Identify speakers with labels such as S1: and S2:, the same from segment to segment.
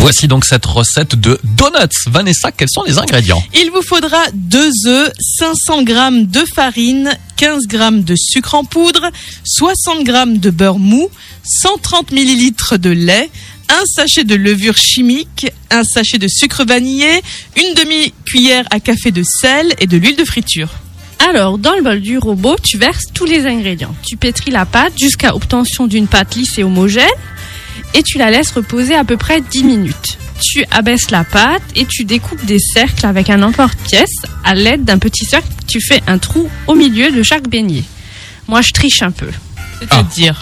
S1: Voici donc cette recette de donuts. Vanessa, quels sont les ingrédients
S2: Il vous faudra 2 œufs, 500 g de farine, 15 g de sucre en poudre, 60 g de beurre mou, 130 ml de lait, un sachet de levure chimique, un sachet de sucre vanillé, une demi-cuillère à café de sel et de l'huile de friture.
S3: Alors, dans le bol du robot, tu verses tous les ingrédients. Tu pétris la pâte jusqu'à obtention d'une pâte lisse et homogène et tu la laisses reposer à peu près 10 minutes. Tu abaisses la pâte et tu découpes des cercles avec un emporte-pièce. À l'aide d'un petit cercle, tu fais un trou au milieu de chaque beignet. Moi, je triche un peu.
S1: Ah.
S2: C'est-à-dire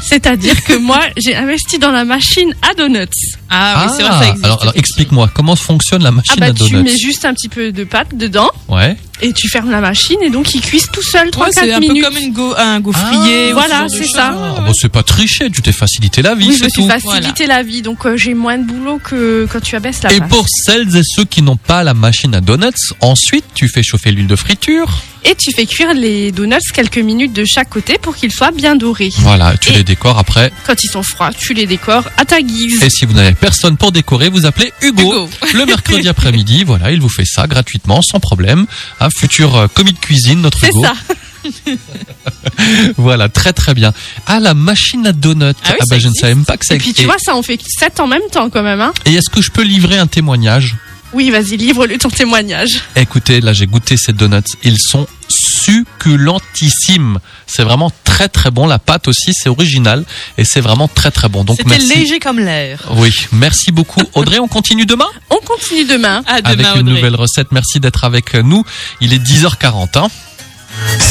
S3: C'est-à-dire que moi, j'ai investi dans la machine à donuts.
S2: Ah, oui, c'est vrai, ça existe.
S1: alors, alors explique-moi, comment fonctionne la machine
S3: ah bah,
S1: à
S3: tu
S1: donuts
S3: mets juste un petit peu de pâte dedans
S1: Ouais.
S3: et tu fermes la machine et donc ils cuisent tout seuls
S2: Ouais,
S3: 3-4
S2: c'est un
S3: minutes.
S2: peu comme une go- un gaufrier.
S1: Ah,
S2: ou
S3: voilà,
S2: ce genre de
S3: c'est
S2: choses.
S3: ça.
S1: Ah, bon, c'est pas tricher, tu t'es facilité la vie,
S3: Oui, je
S1: c'est
S3: me suis
S1: tout.
S3: facilité la vie, donc euh, j'ai moins de boulot que quand tu abaisses la
S1: Et
S3: pâte.
S1: pour celles et ceux qui n'ont pas la machine à donuts, ensuite tu fais chauffer l'huile de friture.
S3: Et tu fais cuire les donuts quelques minutes de chaque côté pour qu'ils soient bien dorés.
S1: Voilà, tu
S3: Et-
S1: les décores après.
S3: Quand ils sont froids, tu les décores à ta guise.
S1: Et si vous n'avez personne pour décorer, vous appelez Hugo.
S2: Hugo.
S1: Le mercredi après-midi, voilà, il vous fait ça gratuitement, sans problème. Un futur euh, commis de cuisine, notre
S3: C'est
S1: Hugo.
S3: ça.
S1: Voilà, très très bien. Ah, la machine à donuts.
S2: Ah oui, ça
S1: bah, je ne
S2: existe.
S1: savais même pas que ça
S3: Et puis tu
S1: existait.
S3: vois, ça on fait 7 en même temps quand même. Hein
S1: Et est-ce que je peux livrer un témoignage
S3: oui, vas-y, livre-le ton témoignage.
S1: Écoutez, là j'ai goûté ces donuts, ils sont succulentissimes. C'est vraiment très très bon, la pâte aussi, c'est original et c'est vraiment très très bon. Donc
S2: C'était
S1: merci.
S2: léger comme l'air.
S1: Oui, merci beaucoup Audrey, on continue demain,
S3: On continue demain.
S2: À
S1: avec
S2: demain,
S1: une
S2: Audrey.
S1: nouvelle recette. Merci d'être avec nous. Il est 10h40. hein.